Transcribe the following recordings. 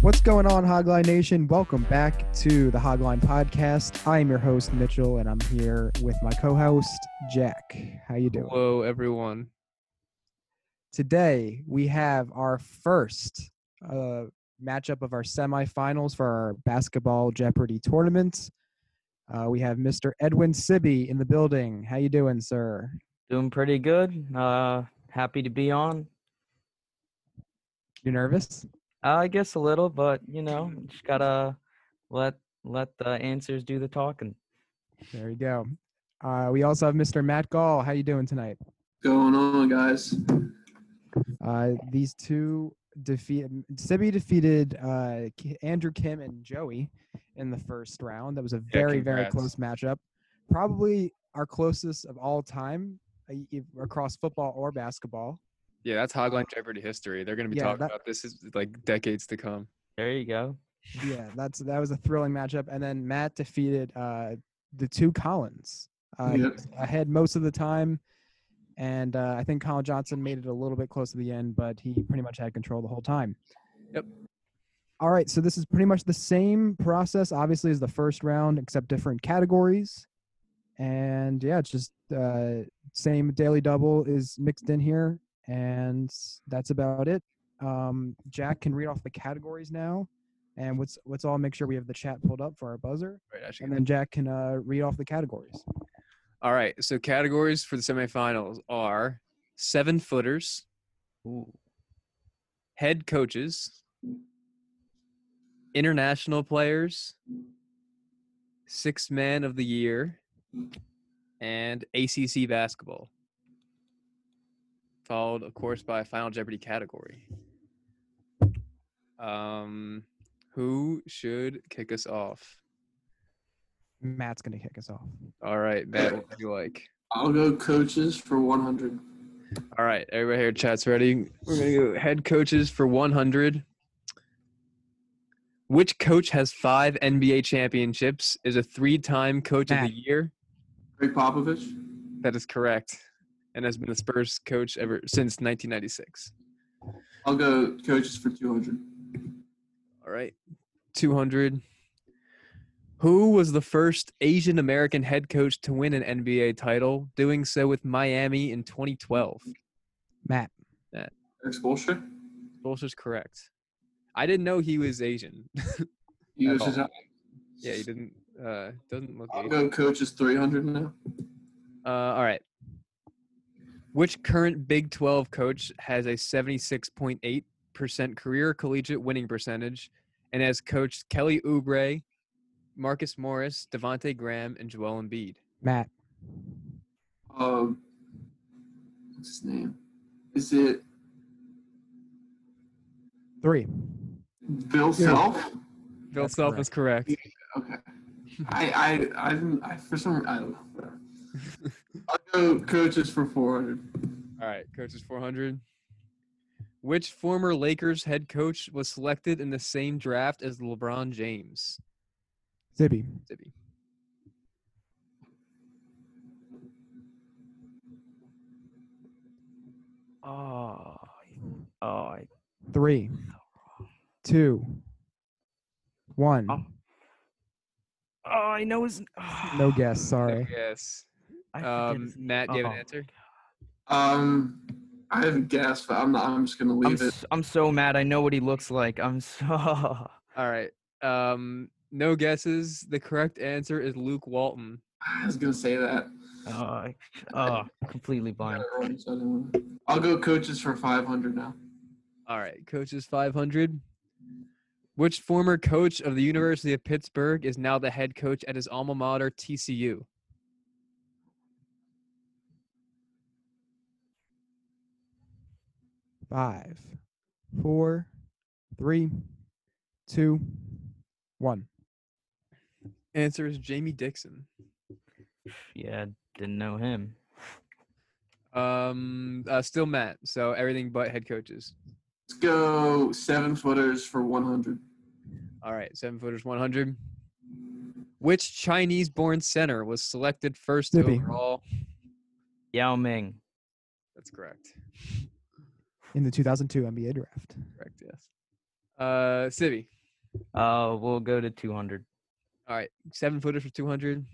What's going on, Hogline Nation? Welcome back to the Hogline Podcast. I am your host Mitchell, and I'm here with my co-host Jack. How you doing? Hello, everyone. Today we have our first uh, matchup of our semifinals for our basketball Jeopardy tournament. Uh, we have Mr. Edwin Sibby in the building. How you doing, sir? Doing pretty good. Uh, happy to be on. You nervous? Uh, I guess a little, but you know, just gotta let let the answers do the talking. There you go. Uh, we also have Mr. Matt Gall. How you doing tonight? going on, guys? Uh, these two defeat Sibby defeated uh, K- Andrew Kim and Joey in the first round. That was a very very congrats. close matchup, probably our closest of all time uh, e- across football or basketball. Yeah, that's Hogline Uh, Jeopardy history. They're gonna be Yeah, talking that- about this is like decades to come. There you go. Yeah, that's that was a thrilling matchup. And then Matt defeated uh, the two Collins. Uh, he Yep. was ahead most of the time. And uh, I think Colin Johnson made it a little bit close to the end, but he pretty much had control the whole time. Yep. All right, so this is pretty much the same process, obviously, as the first round, except different categories. And yeah, it's just uh, same daily double is mixed in here, and that's about it. Um, Jack can read off the categories now, and let's let's all make sure we have the chat pulled up for our buzzer, Right, actually. and then Jack can uh, read off the categories. All right. So categories for the semifinals are seven footers, Ooh. head coaches, international players, six man of the year, and ACC basketball. Followed, of course, by Final Jeopardy category. Um, who should kick us off? Matt's gonna kick us off. All right, Matt, what would you like? I'll go coaches for 100. All right, everybody here, chat's ready. We're gonna go head coaches for 100. Which coach has five NBA championships? Is a three-time coach of Matt. the year? Greg Popovich. That is correct, and has been the Spurs coach ever since 1996. I'll go coaches for 200. All right, 200. Who was the first Asian American head coach to win an NBA title, doing so with Miami in 2012? Matt, Eric Spoelstra. Bolster's correct. I didn't know he was Asian. He At was all. just- Yeah, he didn't. Uh, doesn't look. I'll Asian. go coaches 300 now. Uh, all right. Which current Big 12 coach has a 76.8% career collegiate winning percentage and has coached Kelly Oubre, Marcus Morris, Devontae Graham, and Joel Embiid? Matt, Um, what's his name? Is it three. Bill Yeah. Self? Bill That's Self is correct. Okay. I, I, I, didn't, I, for some, I don't know. I'll go coaches for 400. All right, coaches 400. Which former Lakers head coach was selected in the same draft as LeBron James? Zibby, Zibby. Oh, oh, I- three, two, one. Oh. oh, I know his. No guess. Sorry. Yes. I forget Um, his name. Matt, do you have Oh, an answer? Um, I have a guess, but I'm not, I'm just going to I'm, leave it. s- I'm so mad. I know what he looks like. I'm so. oh, All right. Um, no guesses. The correct answer is Luke Walton. I was going to say that. Oh, I- oh, completely blind. I'll go coaches for 500 now. All right, coaches 500. Which former coach of the University of Pittsburgh is now the head coach at his alma mater TCU? Five, four, three, two, one. Answer is Jamie Dixon. Yeah, didn't know him. Um, uh, still Matt. So everything but head coaches. Let's go seven footers for 100. All right, seven footers 100. Which Chinese-born center was selected first Zippy. overall? Yao Ming. That's correct. In the 2002 NBA draft. Correct. Yes. Uh, Sibby. Uh, we'll go to 200. All right, seven footer for 200.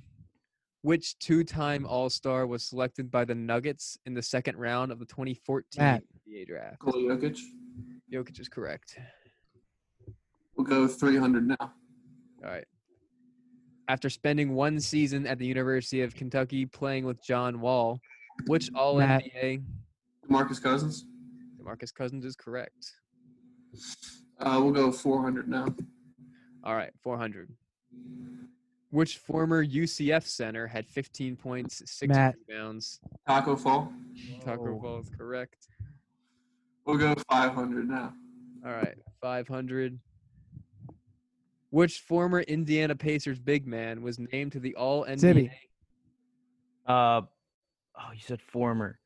Which two time All Star was selected by the Nuggets in the second round of the 2014 Matt. NBA draft? Nikola Jokic. Jokic is correct. We'll go 300 now. All right. After spending one season at the University of Kentucky playing with John Wall, which All Matt. NBA Demarcus Cousins. Marcus Cousins is correct. Uh, we'll go 400 now. All right, 400. Which former UCF center had 15 points, six Matt. Oh. rebounds? Taco Fall. Tucker Whoa. Ball is correct. We'll go 500 now. All right, 500. Which former Indiana Pacers big man was named to the All NBA? Zibby. Uh, oh, you said former.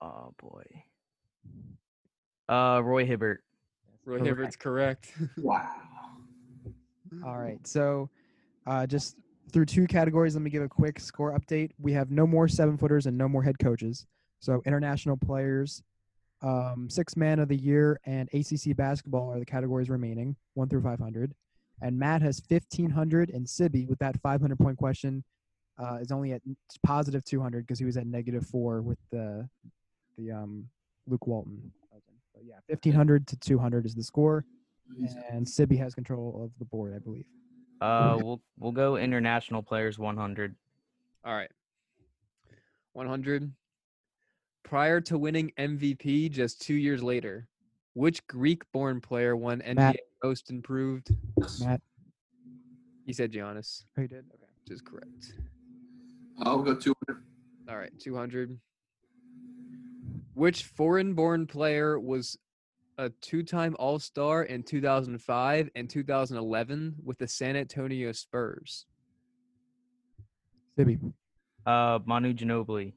Oh boy. Uh, Roy Hibbert. Roy Hibbert's correct. Wow. All right. So uh, just through two categories, let me give a quick score update. We have no more seven footers and no more head coaches. So international players, um, six man of the year, and ACC basketball are the categories remaining, one through 500. And Matt has 1,500, and Sibby, with that 500 point question, uh, is only at n- positive 200 because he was at negative four with the, the um, Luke Walton. But yeah, 1,500 to 200 is the score. And Sibby has control of the board, I believe. Uh, we'll we'll go international players 100. All right. 100. Prior to winning MVP just two years later, which Greek born player won NBA Matt. Most Improved? Matt. He said Giannis, Oh, you did? Okay. which is correct. I'll Uh, go 200. All right, 200. Which foreign born player was a two time All Star in 2005 and 2011 with the San Antonio Spurs? Sibby. Uh, Manu Ginobili.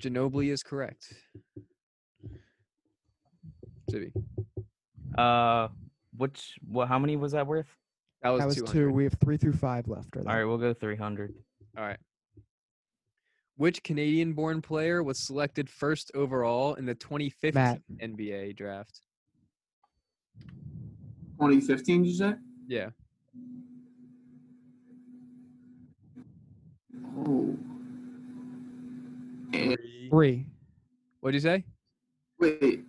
Ginobili is correct. Jibby, Uh, which what? How many was that worth? That was, That was 200. two. We have three through five left. Or All right, we'll go 300. All right. Which Canadian born player was selected first overall in the 2015 Matt. NBA draft? 2015, did you say? Yeah. Oh. And, Three. What'd you say? wait,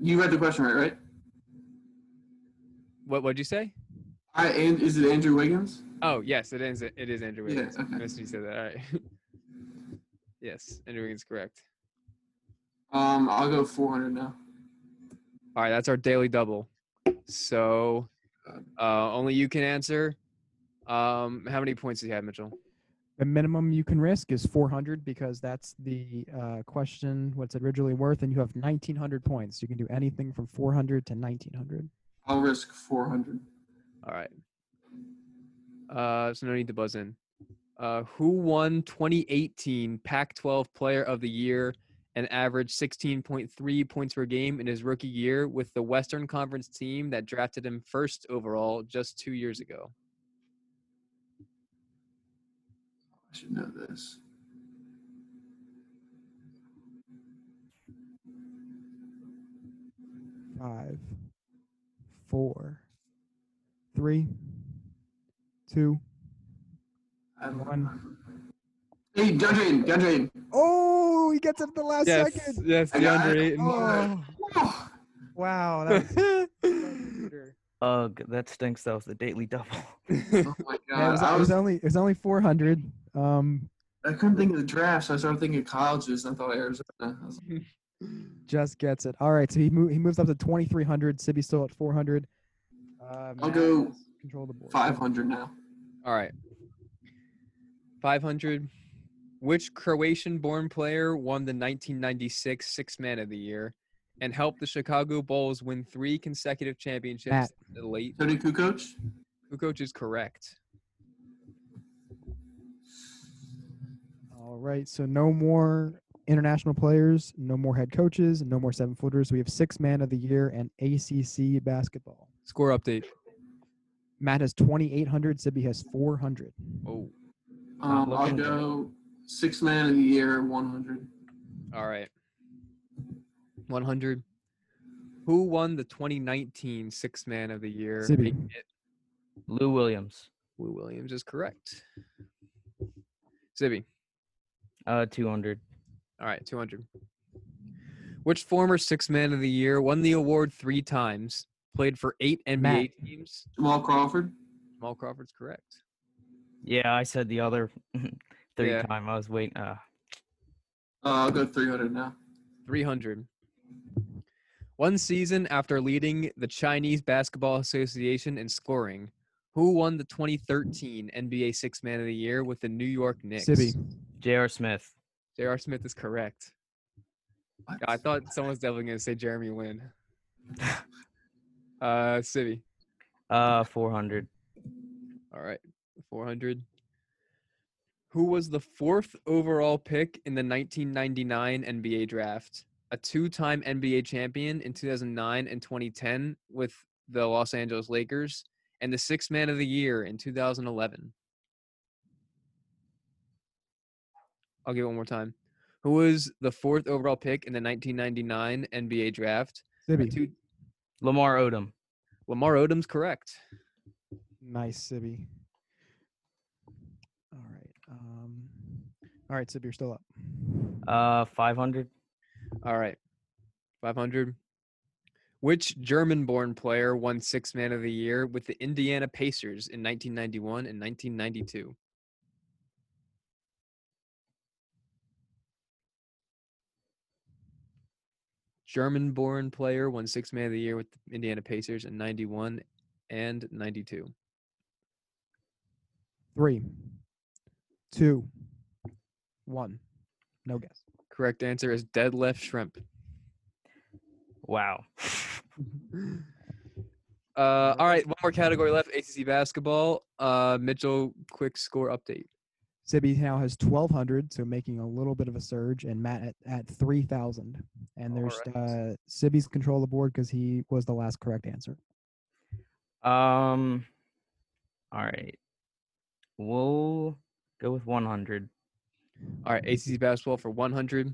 you read the question right, right? What What'd you say? I and is it Andrew Wiggins? Oh yes, it is. It is Andrew Yeah, Wiggins. okay. I missed you said that. All right. yes, Andrew Wiggins is correct. Um, I'll go 400 now. All right, that's our daily double. So, uh, only you can answer. Um, how many points do you have, Mitchell? The minimum you can risk is 400 because that's the uh, question, what's it originally worth, and you have 1,900 points. You can do anything from 400 to 1,900. I'll risk 400. All right. Uh, so no need to buzz in. Uh, who won 2018 Pac-12 Player of the Year and averaged 16.3 points per game in his rookie year with the Western Conference team that drafted him first overall just two years ago? I should know this. Five, four, three, two. I don't One. remember. Hey, DeAndre, DeAndre. Oh, he gets it at the last Yes, second. yes, DeAndre Oh, Oh, wow. That was Ayton. Ugh, that stinks. That was the daily double. oh my yeah, it, God. was, I, it was was, only it was only 400. Um, I couldn't think of the draft, so I started thinking of colleges. and I thought Arizona. I was just gets it. All right, so he mo- he moves up to 2,300. Sibby's still at 400. Uh, I'll Matt go has control of the board. 500 now. All right. 500. Which Croatian born player won the 1996 Six Man of the Year and helped the Chicago Bulls win three consecutive championships Matt. in the late? Tony Kukoc. Kukoc is correct. All right, so no more international players, no more head coaches, no more seven footers. We have six man of the year and ACC basketball. Score update. Matt has 2,800. Sibby has 400. Oh, Um, I'll looking at it. go six man of the year, 100. all right. 100. Who won the 2019 Six Man of the Year? Sibby. making it? Lou Williams. Lou Williams is correct. Zibby. Uh, 200. All right, 200. Which former Six Man of the Year won the award three times, played for eight NBA Matt. teams? Jamal Crawford. Jamal Crawford's correct. Yeah, I said the other three Yeah. time. I was waiting. Uh, Uh, I'll go 300 now. 300. One season after leading the Chinese Basketball Association in scoring, who won the 2013 NBA Six Man of the Year with the New York Knicks? Sibby. J.R. Smith. J.R. Smith is correct. What? I thought someone was definitely going to say Jeremy Lin. Uh, Sibby. Uh, 400. All right, 400. Who was the fourth overall pick in the 1999 NBA draft? A two time NBA champion in 2009 and 2010 with the Los Angeles Lakers, and the sixth man of the year in 2011. I'll give it one more time. Who was the fourth overall pick in the 1999 NBA draft? A Sibby. two- Lamar Odom. Lamar Odom's correct. Nice, Sibby. All right. Um, all right, Sibby, you're still up. Uh, 500. All right. 500. Which German born player won Six Man of the Year with the Indiana Pacers in 1991 and 1992? German born player won Six Man of the Year with the Indiana Pacers in 91 and 92. Three, two, one. No guess. Correct answer is Dead Left Shrimp. Wow. Uh, all right, one more category left ACC basketball. Uh, Mitchell, quick score update. Sibby now has 1,200, so making a little bit of a surge, and Matt at, at 3,000. And All there's right. uh, Sibby's control of the board because he was the last correct answer. Um, all right. We'll go with 100. All right, ACC basketball for 100.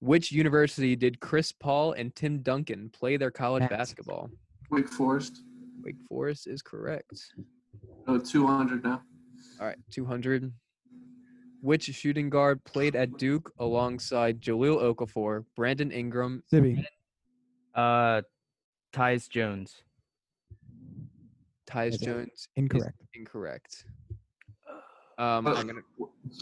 Which university did Chris Paul and Tim Duncan play their college Matt. basketball? Wake Forest. Wake Forest is correct. Oh, 200 now. All right, 200. Which shooting guard played at Duke alongside Jaleel Okafor, Brandon Ingram? Sibby, Uh, Tyus Jones. Tyus That's it. Jones? incorrect. Incorrect. Um, Uh, I'm gonna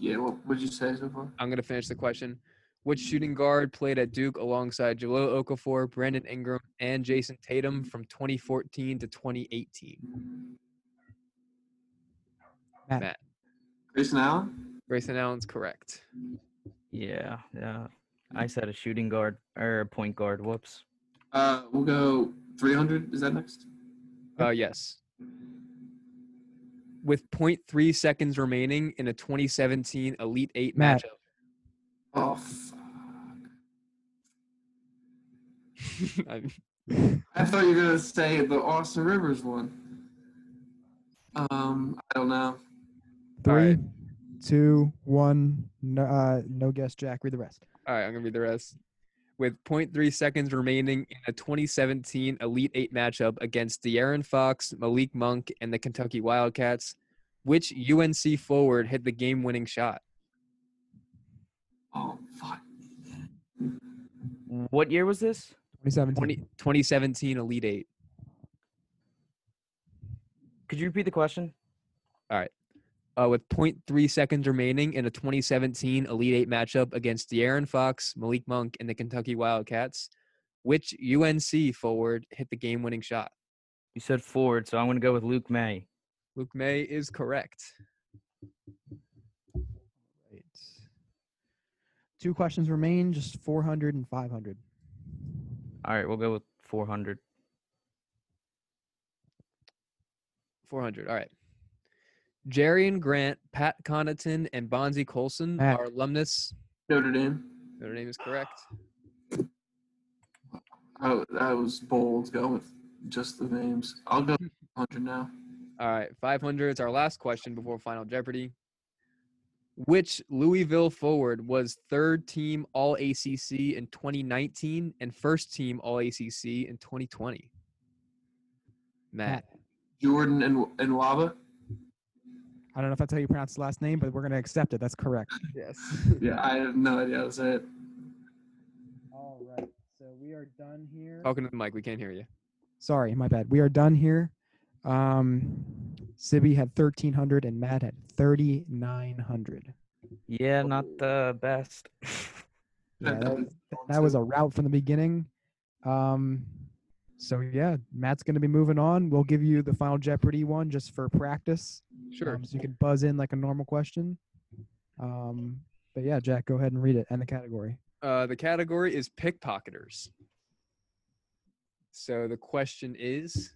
Yeah, what would you say so far? I'm gonna finish the question. Which shooting guard played at Duke alongside Jaleel Okafor, Brandon Ingram, and Jason Tatum from 2014 to 2018? Grayson Allen? Grayson Allen's correct. Yeah. Yeah. I said a shooting guard or a point guard. Whoops. Uh, we'll go 300. Is that next? Uh, yes. With 0.3 seconds remaining in a 2017 Elite Eight Matt. Oh, fuck. matchup. I'm- I thought you were going to say the Austin Rivers one. Um, I don't know. Three, right. two, one. No, uh, no guess, Jack. Read the rest. All right, I'm gonna read the rest. With 0.3 seconds remaining in a 2017 Elite Eight matchup against De'Aaron Fox, Malik Monk, and the Kentucky Wildcats, which UNC forward hit the game-winning shot? Oh, fuck. What year was this? 2017. 20, 2017 Elite Eight. Could you repeat the question? uh, with 0.3 seconds remaining in a 2017 Elite Eight matchup against De'Aaron Fox, Malik Monk, and the Kentucky Wildcats. Which UNC forward hit the game winning shot? You said forward, so I'm gonna go with Luke May. Luke May is correct. Right. Two questions remain, just 400 and 500. All right, we'll go with 400. 400. All right. Jerry and Grant, Pat Connaughton, and Bonzi Colson Matt. are alumnus. Notre Dame. Their name is correct. I, I was bold going with just the names. I'll go 100 now. All right, 500 is our last question before Final Jeopardy. which Louisville forward was third team All ACC in 2019 and first team All ACC in 2020? Matt. Jordan and and Waba. I don't know if that's how you pronounce the last name, but we're gonna accept it. That's correct. Yes. Yeah, I have no idea how to say it. All right. So we are done here. Talking to the mic, we can't hear you. Sorry, my bad. We are done here. Um, Sibby had thirteen hundred and Matt had thirty nine hundred. Yeah, not the best. Yeah, that, that was a route from the beginning. Um, so yeah, Matt's gonna be moving on. We'll give you the final Jeopardy one just for practice, Sure. um, so you can buzz in like a normal question. Um, but yeah, Jack, go ahead and read it and the category. Uh, the category is pickpocketers. So the question is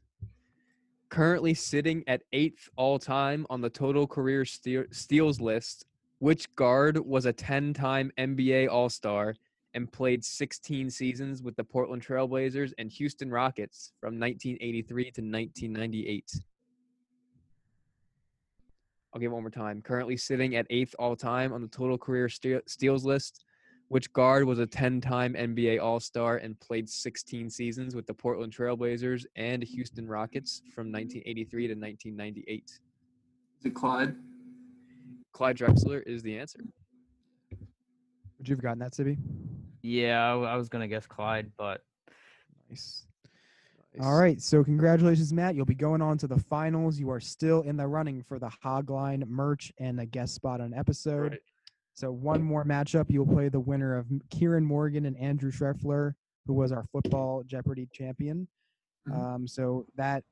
currently sitting at eighth all time on the total career steal- steals list, which guard was a 10 time NBA All Star and played 16 seasons with the Portland Trailblazers and Houston Rockets from 1983 to 1998? I'll give it one more time. Currently sitting at eighth all time on the total career steal- steals list, which guard was a 10 time NBA All Star and played 16 seasons with the Portland Trailblazers and Houston Rockets from 1983 to 1998? Is it Clyde? Clyde Drexler is the answer. Would you have gotten that, Sibby? yeah, I, w- I was gonna guess Clyde, but Nice. All right, so congratulations, Matt. You'll be going on to the finals. You are still in the running for the Hogline merch and a guest spot on an episode. Right. So one more matchup, you'll play the winner of M- Kieran Morgan and Andrew Schreffler, who was our football Jeopardy champion. Mhm. Mm-hmm. Um, so that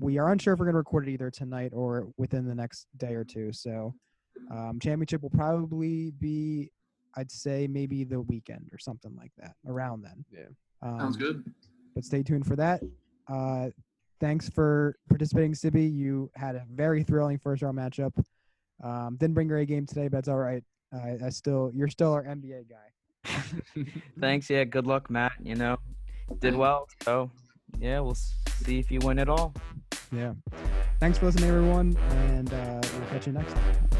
we are unsure if we're going to record it either tonight or within the next day or two. So um, championship will probably be, I'd say, maybe the weekend or something like that, around then. Yeah. Um, Sounds good. but stay tuned for that. Uh, thanks for participating, Sibby. You had a very thrilling first round matchup. Um, didn't bring your A game today, but it's all right. I, I still, you're still our NBA guy. thanks. Yeah, good luck, Matt. You know, did Thanks. well. So yeah, we'll s- see if you win it all. Yeah. Thanks for listening, everyone, and uh, we'll catch you next time.